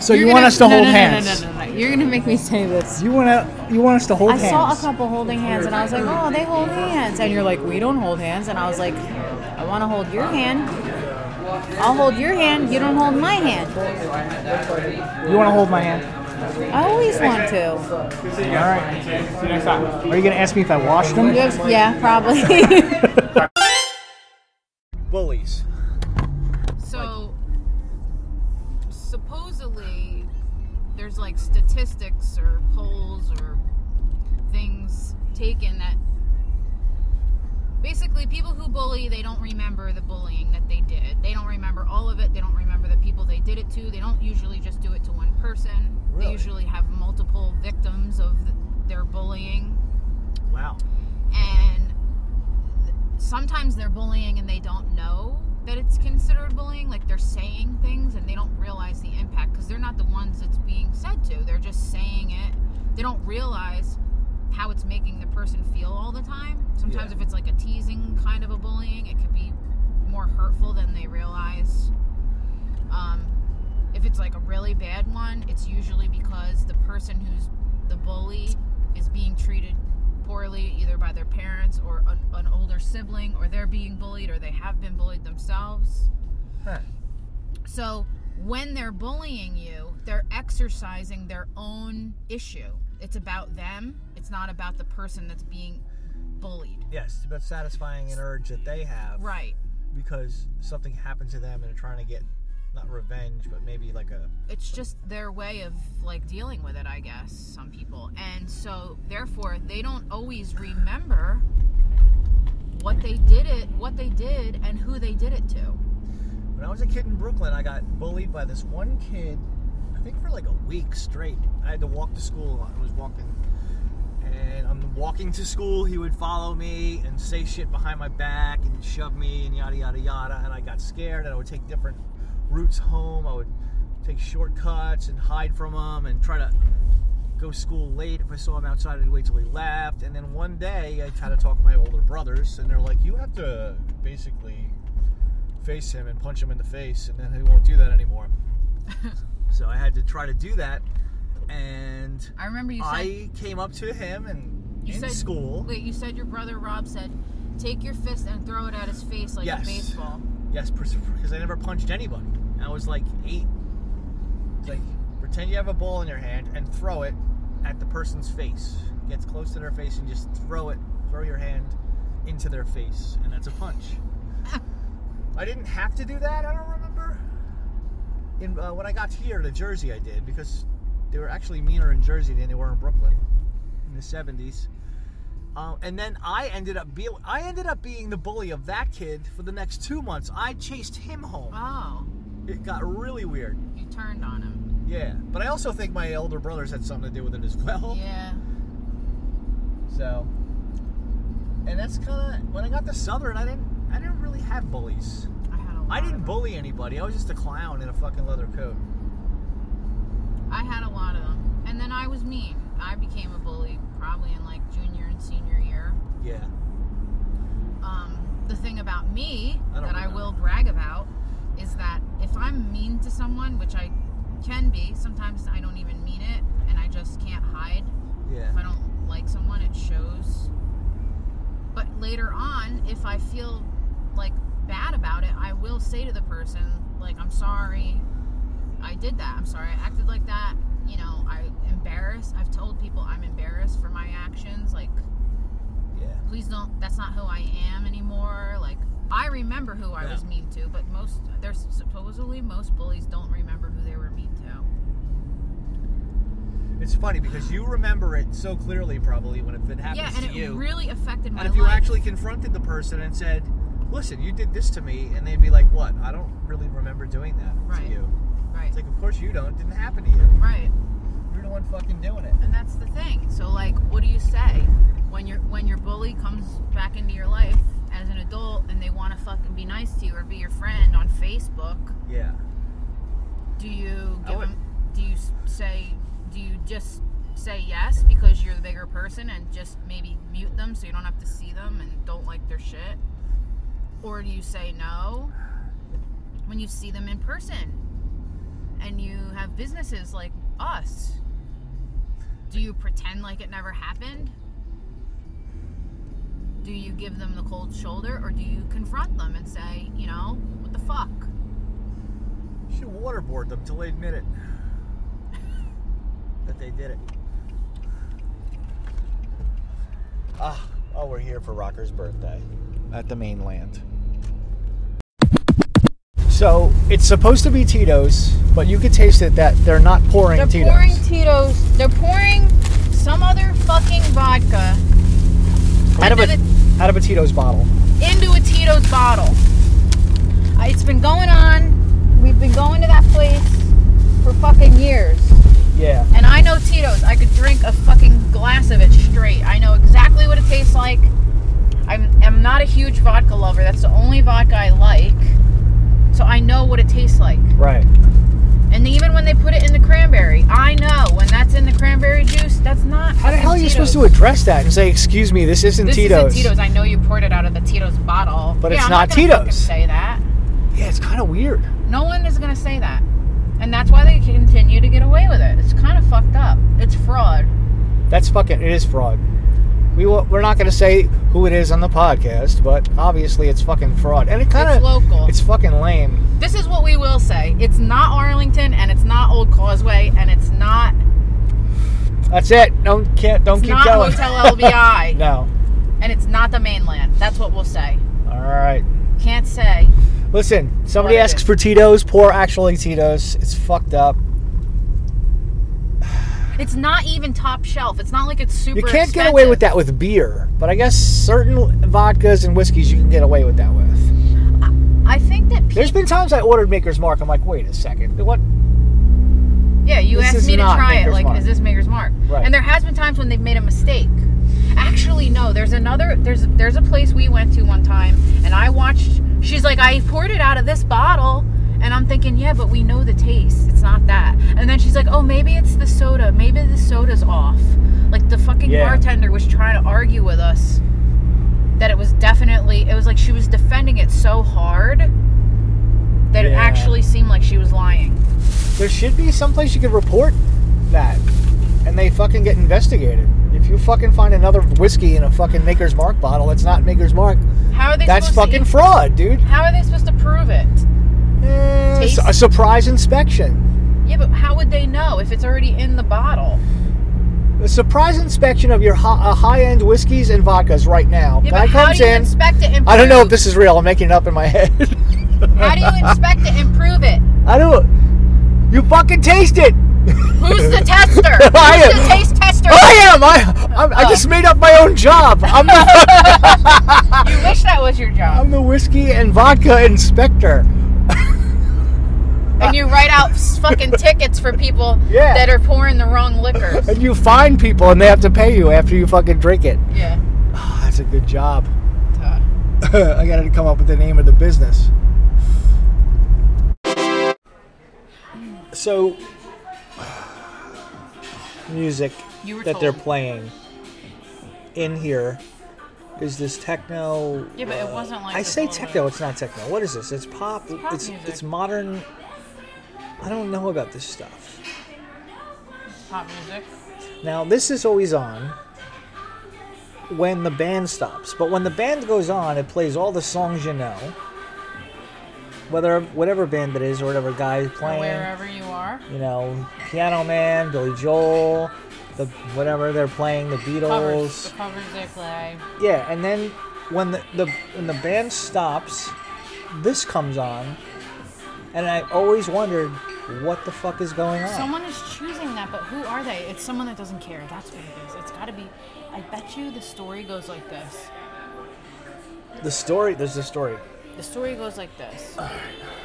So you You're want gonna- us to no, hold no, no, hands? No, no, no, no. You're gonna make me say this. You want to? You want us to hold I hands? saw a couple holding hands, and I was like, "Oh, they hold hands." And you're like, "We don't hold hands." And I was like, "I want to hold your hand. I'll hold your hand. You don't hold my hand. You want to hold my hand? I always want to. All right. Are you gonna ask me if I washed them? You have- yeah, probably." Bullies. So supposedly there's like statistics or polls or things taken that basically people who bully they don't remember the bullying that they did. They don't remember all of it. They don't remember the people they did it to. They don't usually just do it to one person. Really? They usually have multiple victims of th- their bullying Wow. and th- sometimes they're bullying and they don't know that it's considered bullying like they're saying things and they don't realize the impact because they're not the ones that's being said to they're just saying it they don't realize how it's making the person feel all the time sometimes Yeah. if it's like a teasing kind of a bullying it could be more hurtful than they realize um, if it's like a really bad one, it's usually because the person who's the bully is being treated poorly, either by their parents or an, an older sibling, or they're being bullied, or they have been bullied themselves. Huh. So when they're bullying you, they're exercising their own issue. It's about them, it's not about the person that's being bullied. Yes, it's about satisfying an urge that they have Right. because something happened to them and they're trying to get not revenge, but maybe like a it's just their way of like dealing with it, I guess, some people. And so therefore they don't always remember what they did it what they did and who they did it to. When I was a kid in Brooklyn, I got bullied by this one kid. I think for like a week straight. I had to walk to school. I was walking, and I'm walking to school. He would follow me and say shit behind my back and shove me and yada yada yada. And I got scared, and I would take different routes home. I would take shortcuts and hide from him and try to go to school late. If I saw him outside, I'd wait till he left. And then one day, I had to talk to my older brothers, and they're like, "You have to basically." face him and punch him in the face, and then he won't do that anymore. so I had to try to do that, and I remember you said I came up to him and you in said, school. Wait, you said your brother Rob said take your fist and throw it at his face like Yes. a baseball. Yes, because I never punched anybody. I was like eight. It's like pretend you have a ball in your hand and throw it at the person's face. Gets close to their face and just throw it. Throw your hand into their face, and that's a punch. I didn't have to do that. I don't remember. In uh, when I got here to Jersey, I did because they were actually meaner in Jersey than they were in Brooklyn in the '70s. Um, and then I ended up be- I ended up being the bully of that kid for the next two months. I chased him home. Oh. It got really weird. You turned on him. Yeah, but I also think my elder brothers had something to do with it as well. Yeah. So, and that's kind of when I got to Southern, I didn't I didn't really have bullies. I had a lot I of didn't them. bully anybody. I was just a clown in a fucking leather coat. I had a lot of them. And then I was mean. I became a bully probably in like junior and senior year. Yeah. um, the thing about me I don't that I remember. will brag about is that if I'm mean to someone, which I can be, sometimes I don't even mean it and I just can't hide. Yeah. If I don't like someone, it shows. But later on, if I feel like bad about it, I will say to the person, like, I'm sorry. I did that. I'm sorry. I acted like that. You know, I embarrassed. I've told people I'm embarrassed for my actions. Like, Yeah. please don't that's not who i am anymore like i remember who i Yeah. was mean to but most there's supposedly most bullies don't remember who they were mean to It's funny because you remember it so clearly, probably when if it happens yeah and to it you. really affected my And if you life actually confronted the person and said, "Listen, you did this to me," and they'd be like, "What? I don't really remember doing that Right. to you." right It's like, of course you don't. It didn't happen to you. right You're the one fucking doing it. and that's the thing so like what do you say when your when your bully comes back into your life as an adult and they want to fucking be nice to you or be your friend on facebook Yeah. do you I give would- them do you s- say do you just say yes because you're the bigger person and just maybe mute them so you don't have to see them and don't like their shit or do you say no when you see them in person and you have businesses like us. Do you pretend like it never happened? Do you give them the cold shoulder or do you confront them and say, you know, what the fuck? You should waterboard them till they admit it that they did it. Ah, oh, we're here for Rocker's birthday at the mainland. So it's supposed to be Tito's, but you could taste it that they're not pouring They're Tito's. pouring Tito's. They're pouring some other fucking vodka out of into a out of a Tito's bottle. into a Tito's bottle. Uh, It's been going on. We've been going to that place for fucking years. Yeah. And I know Tito's. I could drink a fucking glass of it straight. I know exactly what it tastes like. I'm, I'm not a huge vodka lover. That's the only vodka I like. So I know what it tastes like. Right. And even when they put it in the cranberry, I know when that's in the cranberry juice, that's not. How the hell are you supposed to address that and say, "Excuse me, this isn't This Tito's"? isn't Tito's. I know you poured it out of the Tito's bottle. But Yeah, it's I'm not gonna fucking Tito's. Say that. Yeah, it's kind of weird. No one is going to say that. And that's why they continue to get away with it. It's kind of fucked up. It's fraud. That's fucking. It is fraud. We will, we're not going to say who it is on the podcast, but obviously it's fucking fraud, and it kind of It's local. It's fucking lame. This is what we will say. It's not Arlington and it's not Old Causeway and it's not That's it. Don't can't, don't it's keep not going. Hotel LBI no. and it's not the mainland. That's what we'll say. All right. Can't say. Listen, somebody What is asks it? for Tito's. Poor actually Tito's. It's fucked up. It's not even top shelf. It's not like it's super You can't get away expensive. with that with beer, but I guess certain vodkas and whiskeys you can get away with that with. I think that people There's been times I ordered Maker's Mark. I'm like, wait a second, what? Yeah, you This is asked me to not try it. Maker's Like, Mark. is this Maker's Mark? Right. And there has been times when they've made a mistake. Actually, no. There's another. There's there's a place we went to one time, and I watched. She's like, I poured it out of this bottle, and I'm thinking, yeah, but we know the taste. It's not that. And then she's like, oh, maybe it's the soda. Maybe the soda's off. Like the fucking Yeah. bartender was trying to argue with us that it was definitely. It was like she was defending it so hard that it Yeah. actually seemed like she was lying. There should be someplace you could report that, and they fucking get investigated. If you fucking find another whiskey in a fucking Maker's Mark bottle that's not Maker's Mark, How are they? that's supposed to fucking eat- fraud, dude. How are they supposed to prove it? Eh, Taste- a surprise inspection. Yeah, but how would they know if it's already in the bottle? A surprise inspection of your hi- uh, high-end whiskeys and vodkas right now. Yeah, Guy but how comes do you in. inspect it and I don't know if prove- this is real. I'm making it up in my head. How do you inspect it and prove it? I don't. You fucking taste it. Who's the tester? I Who's am. the taste tester? I am. I. I'm, I just made up my own job. I'm the, You wish that was your job. I'm the whiskey and vodka inspector. and you write out s- fucking tickets for people Yeah. that are pouring the wrong liquors. And you find people, and they have to pay you after you fucking drink it. Yeah. Ah, that's a good job. Duh. I got to come up with the name of the business. So, music You were that told. they're playing in here is this techno. Yeah, but it wasn't like I this say all the techno. It's not techno. What is this? It's pop. It's pop it's, music. modern. I don't know about this stuff. Pop music. Now this is always on when the band stops, but when the band goes on, it plays all the songs you know. Whether whatever band it is or whatever guy playing, Wherever you are. you know, Piano Man, Billy Joel, the whatever they're playing, the Beatles. Covers. The covers they play. Yeah, and then when the, the when the band stops, this comes on, and I always wondered what the fuck is going on. Someone is choosing that, but who are they? It's someone that doesn't care. That's what it is. It's got to be. I bet you the story goes like this. the story, there's the story. The story goes like this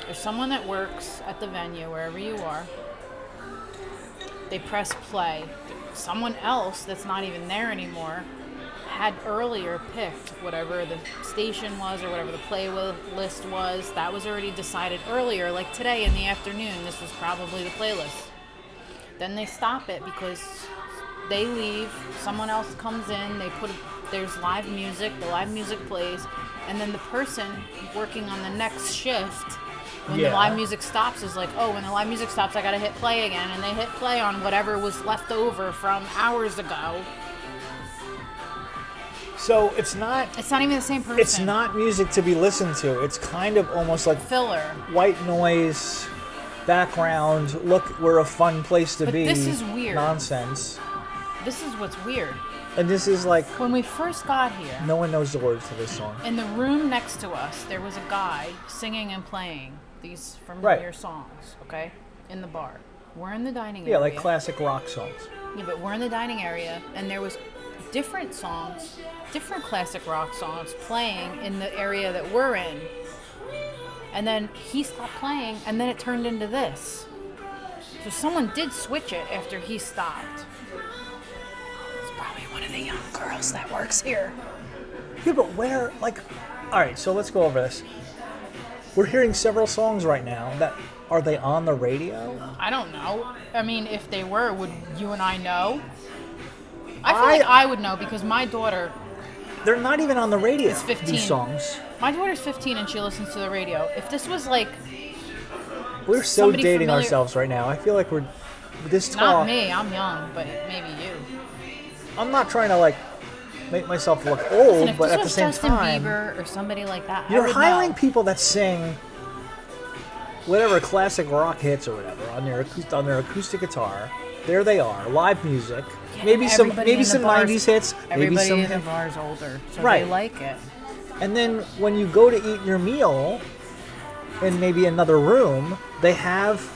There's someone that works at the venue, wherever you are. They press play. Someone else that's not even there anymore had earlier picked whatever the station was or whatever the play wi- list was. That was already decided earlier, like today in the afternoon. This was probably the playlist. Then they stop it because they leave. Someone else comes in. They put there's live music. The live music plays, and then the person working on the next shift when Yeah. the live music stops is like, oh, when the live music stops, I gotta hit play again, and they hit play on whatever was left over from hours ago. So it's not It's not even the same person. it's not music to be listened to. It's kind of almost like filler. white noise background. Look, we're a fun place to But be. this is weird. Nonsense. This is what's weird. And this is like When we first got here, no one knows the words to this song. in the room next to us, there was a guy singing and playing these familiar Right. songs. Okay, in the bar. We're in the dining Yeah, area. like classic rock songs. Yeah, but we're in the dining area, and there was different songs, different classic rock songs playing in the area that we're in. And then he stopped playing, and then it turned into this. So someone did switch it after he stopped. It's probably one of the young girls that works here. Yeah, but where? Like, all right. So let's go over this. We're hearing several songs right now. That are they on the radio? I don't know. I mean, if they were, would you and I know? I feel like I would know because my daughter They're not even on the radio. It's 15. These songs. My daughter's 15 and she listens to the radio. If this was like We're so Somebody dating familiar- ourselves right now. I feel like we're this talk. not me, I'm young, but maybe you. I'm not trying to like make myself look And old, if but this at the was same Justin time, Bieber or somebody like that, I you're would hiring know. people that sing whatever classic rock hits or whatever on their acoustic, on their acoustic guitar. There they are, live music. Yeah, maybe some everybody maybe in the some bars- 90s hits, Everybody maybe some in the bar's older, so Right. they like it. And then when you go to eat your meal in maybe another room, they have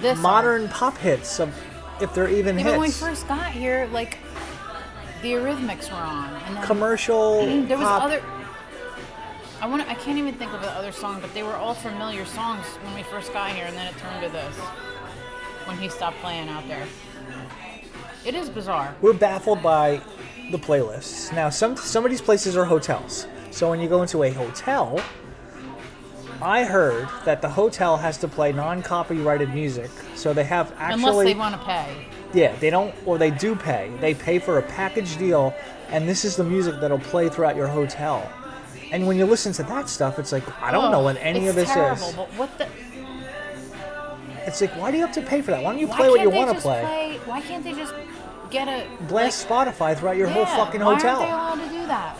This modern pop hits of if they're even Even hits. when we first got here, like the Eurythmics were on, and then Commercial there was pop other. I want. I can't even think of the other song, but they were all familiar songs when we first got here, and then it turned to this when he stopped playing out there. It is bizarre. we're baffled by the playlists. Now, some some of these places are hotels. So when you go into a hotel, I heard that the hotel has to play non-copyrighted music. So they have Unless actually they want to pay. yeah, they don't or they do pay. They pay for a package deal and this is the music that'll play throughout your hotel. And when you listen to that stuff, it's like I don't know what any Oh, it's of this terrible, is. But what the? It's like why do you have to pay for that? Why don't you Why play what you can't they want to just Why can't they just get a Blast Spotify throughout your like, whole yeah, fucking why hotel. Aren't they allowed to do that?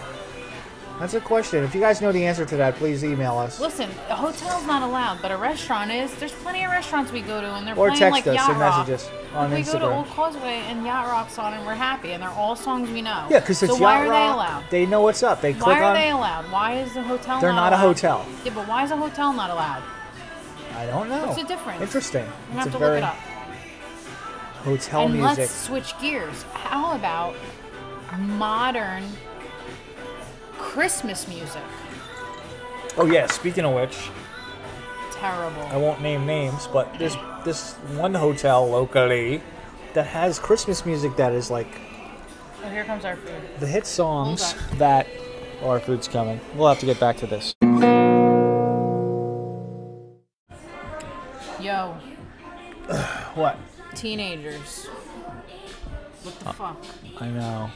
That's a question. If you guys know the answer to that, please email us. Listen, a hotel's not allowed, but a restaurant is. There's plenty of restaurants we go to, and they're Or playing text like us Yacht and Rock. message us on we go to Instagram. Old Causeway and Yacht Rock's on, and we're happy, and they're all songs we know. Yeah, because it's so why Yacht are Rock. they allowed? They know what's up. They click why are on. they allowed? Why is the hotel? They're not a allowed? hotel. Yeah, but why is a hotel not allowed? I don't know. What's the difference? Interesting. You it's have a to very look it up. hotel and music. let's switch gears. How about modern Christmas music? Oh yeah. Speaking of which, I Terrible. won't name names, but there's this one hotel locally that has Christmas music that is like Oh, here comes our food. the hit songs Hold that. Oh, our food's coming. We'll have to get back to this. Yo, What? teenagers. What Uh, the fuck? I know.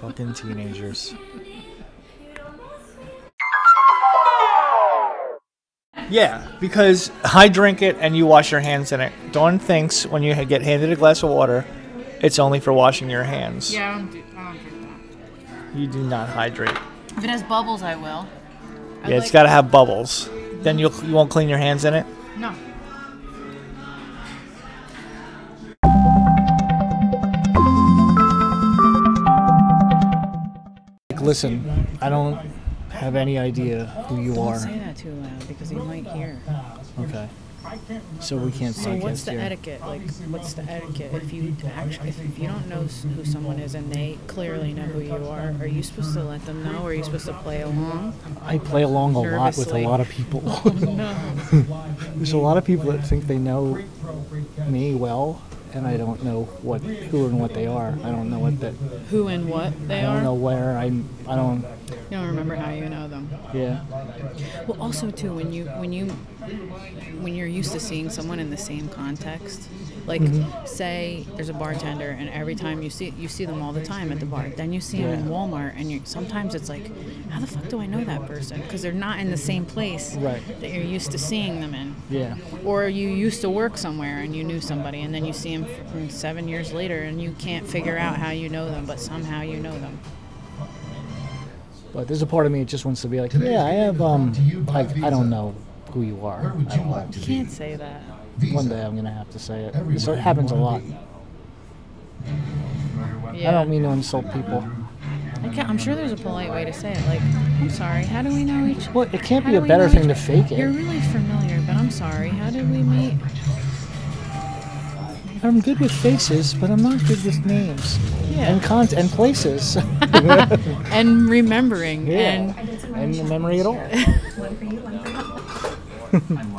Fucking teenagers. Yeah, because I drink it and you wash your hands in it. Dawn thinks when you get handed a glass of water, it's only for washing your hands. Yeah, I don't, do, I don't drink that. You do not hydrate. Yeah, If it has bubbles, I will. I it's got to have bubbles. Then you'll, you won't clean your hands in it. No. Like, listen, I don't have any idea who you are. Say that too loud because he might hear. Okay. So we can't So what's the etiquette? Like, what's the etiquette if you actually if, if you don't know s- who someone is and they clearly know who you are? Are you supposed to let them know? Or are you supposed to play along? I play along a lot with a Nervously. lot of people. There's a lot of people that think they know me well, and I don't know what who and what they are. I don't know what that. Who and what they I don't know are? where I'm. I don't. You don't remember how you know them. Yeah. Well, also too, when you when you when you're used to seeing someone in the same context, Like, Mm-hmm. say there's a bartender, and every time you see you see them all the time at the bar. Then you see them in Walmart, and you, sometimes it's like, how the fuck do I know that person? Because they're not in the same place Right. that you're used to seeing them in. Yeah. Or you used to work somewhere and you knew somebody, and then you see them f- seven years later, and you can't figure out how you know them, but somehow you know them. But there's a part of me that just wants to be like, yeah, I have um, like I don't know who you are. I don't know. You can't say that. One day I'm gonna have to say it. So it happens a lot. Yeah. I don't mean to insult people. I can't, I'm sure there's a polite way to say it. Like, I'm sorry. How do we know each? Well, it can't how be do a we better know thing each- to fake You're it. really familiar, but I'm sorry. How did we meet? I'm good with faces, but I'm not good with names and cont and places And remembering. Yeah. And and memory at all.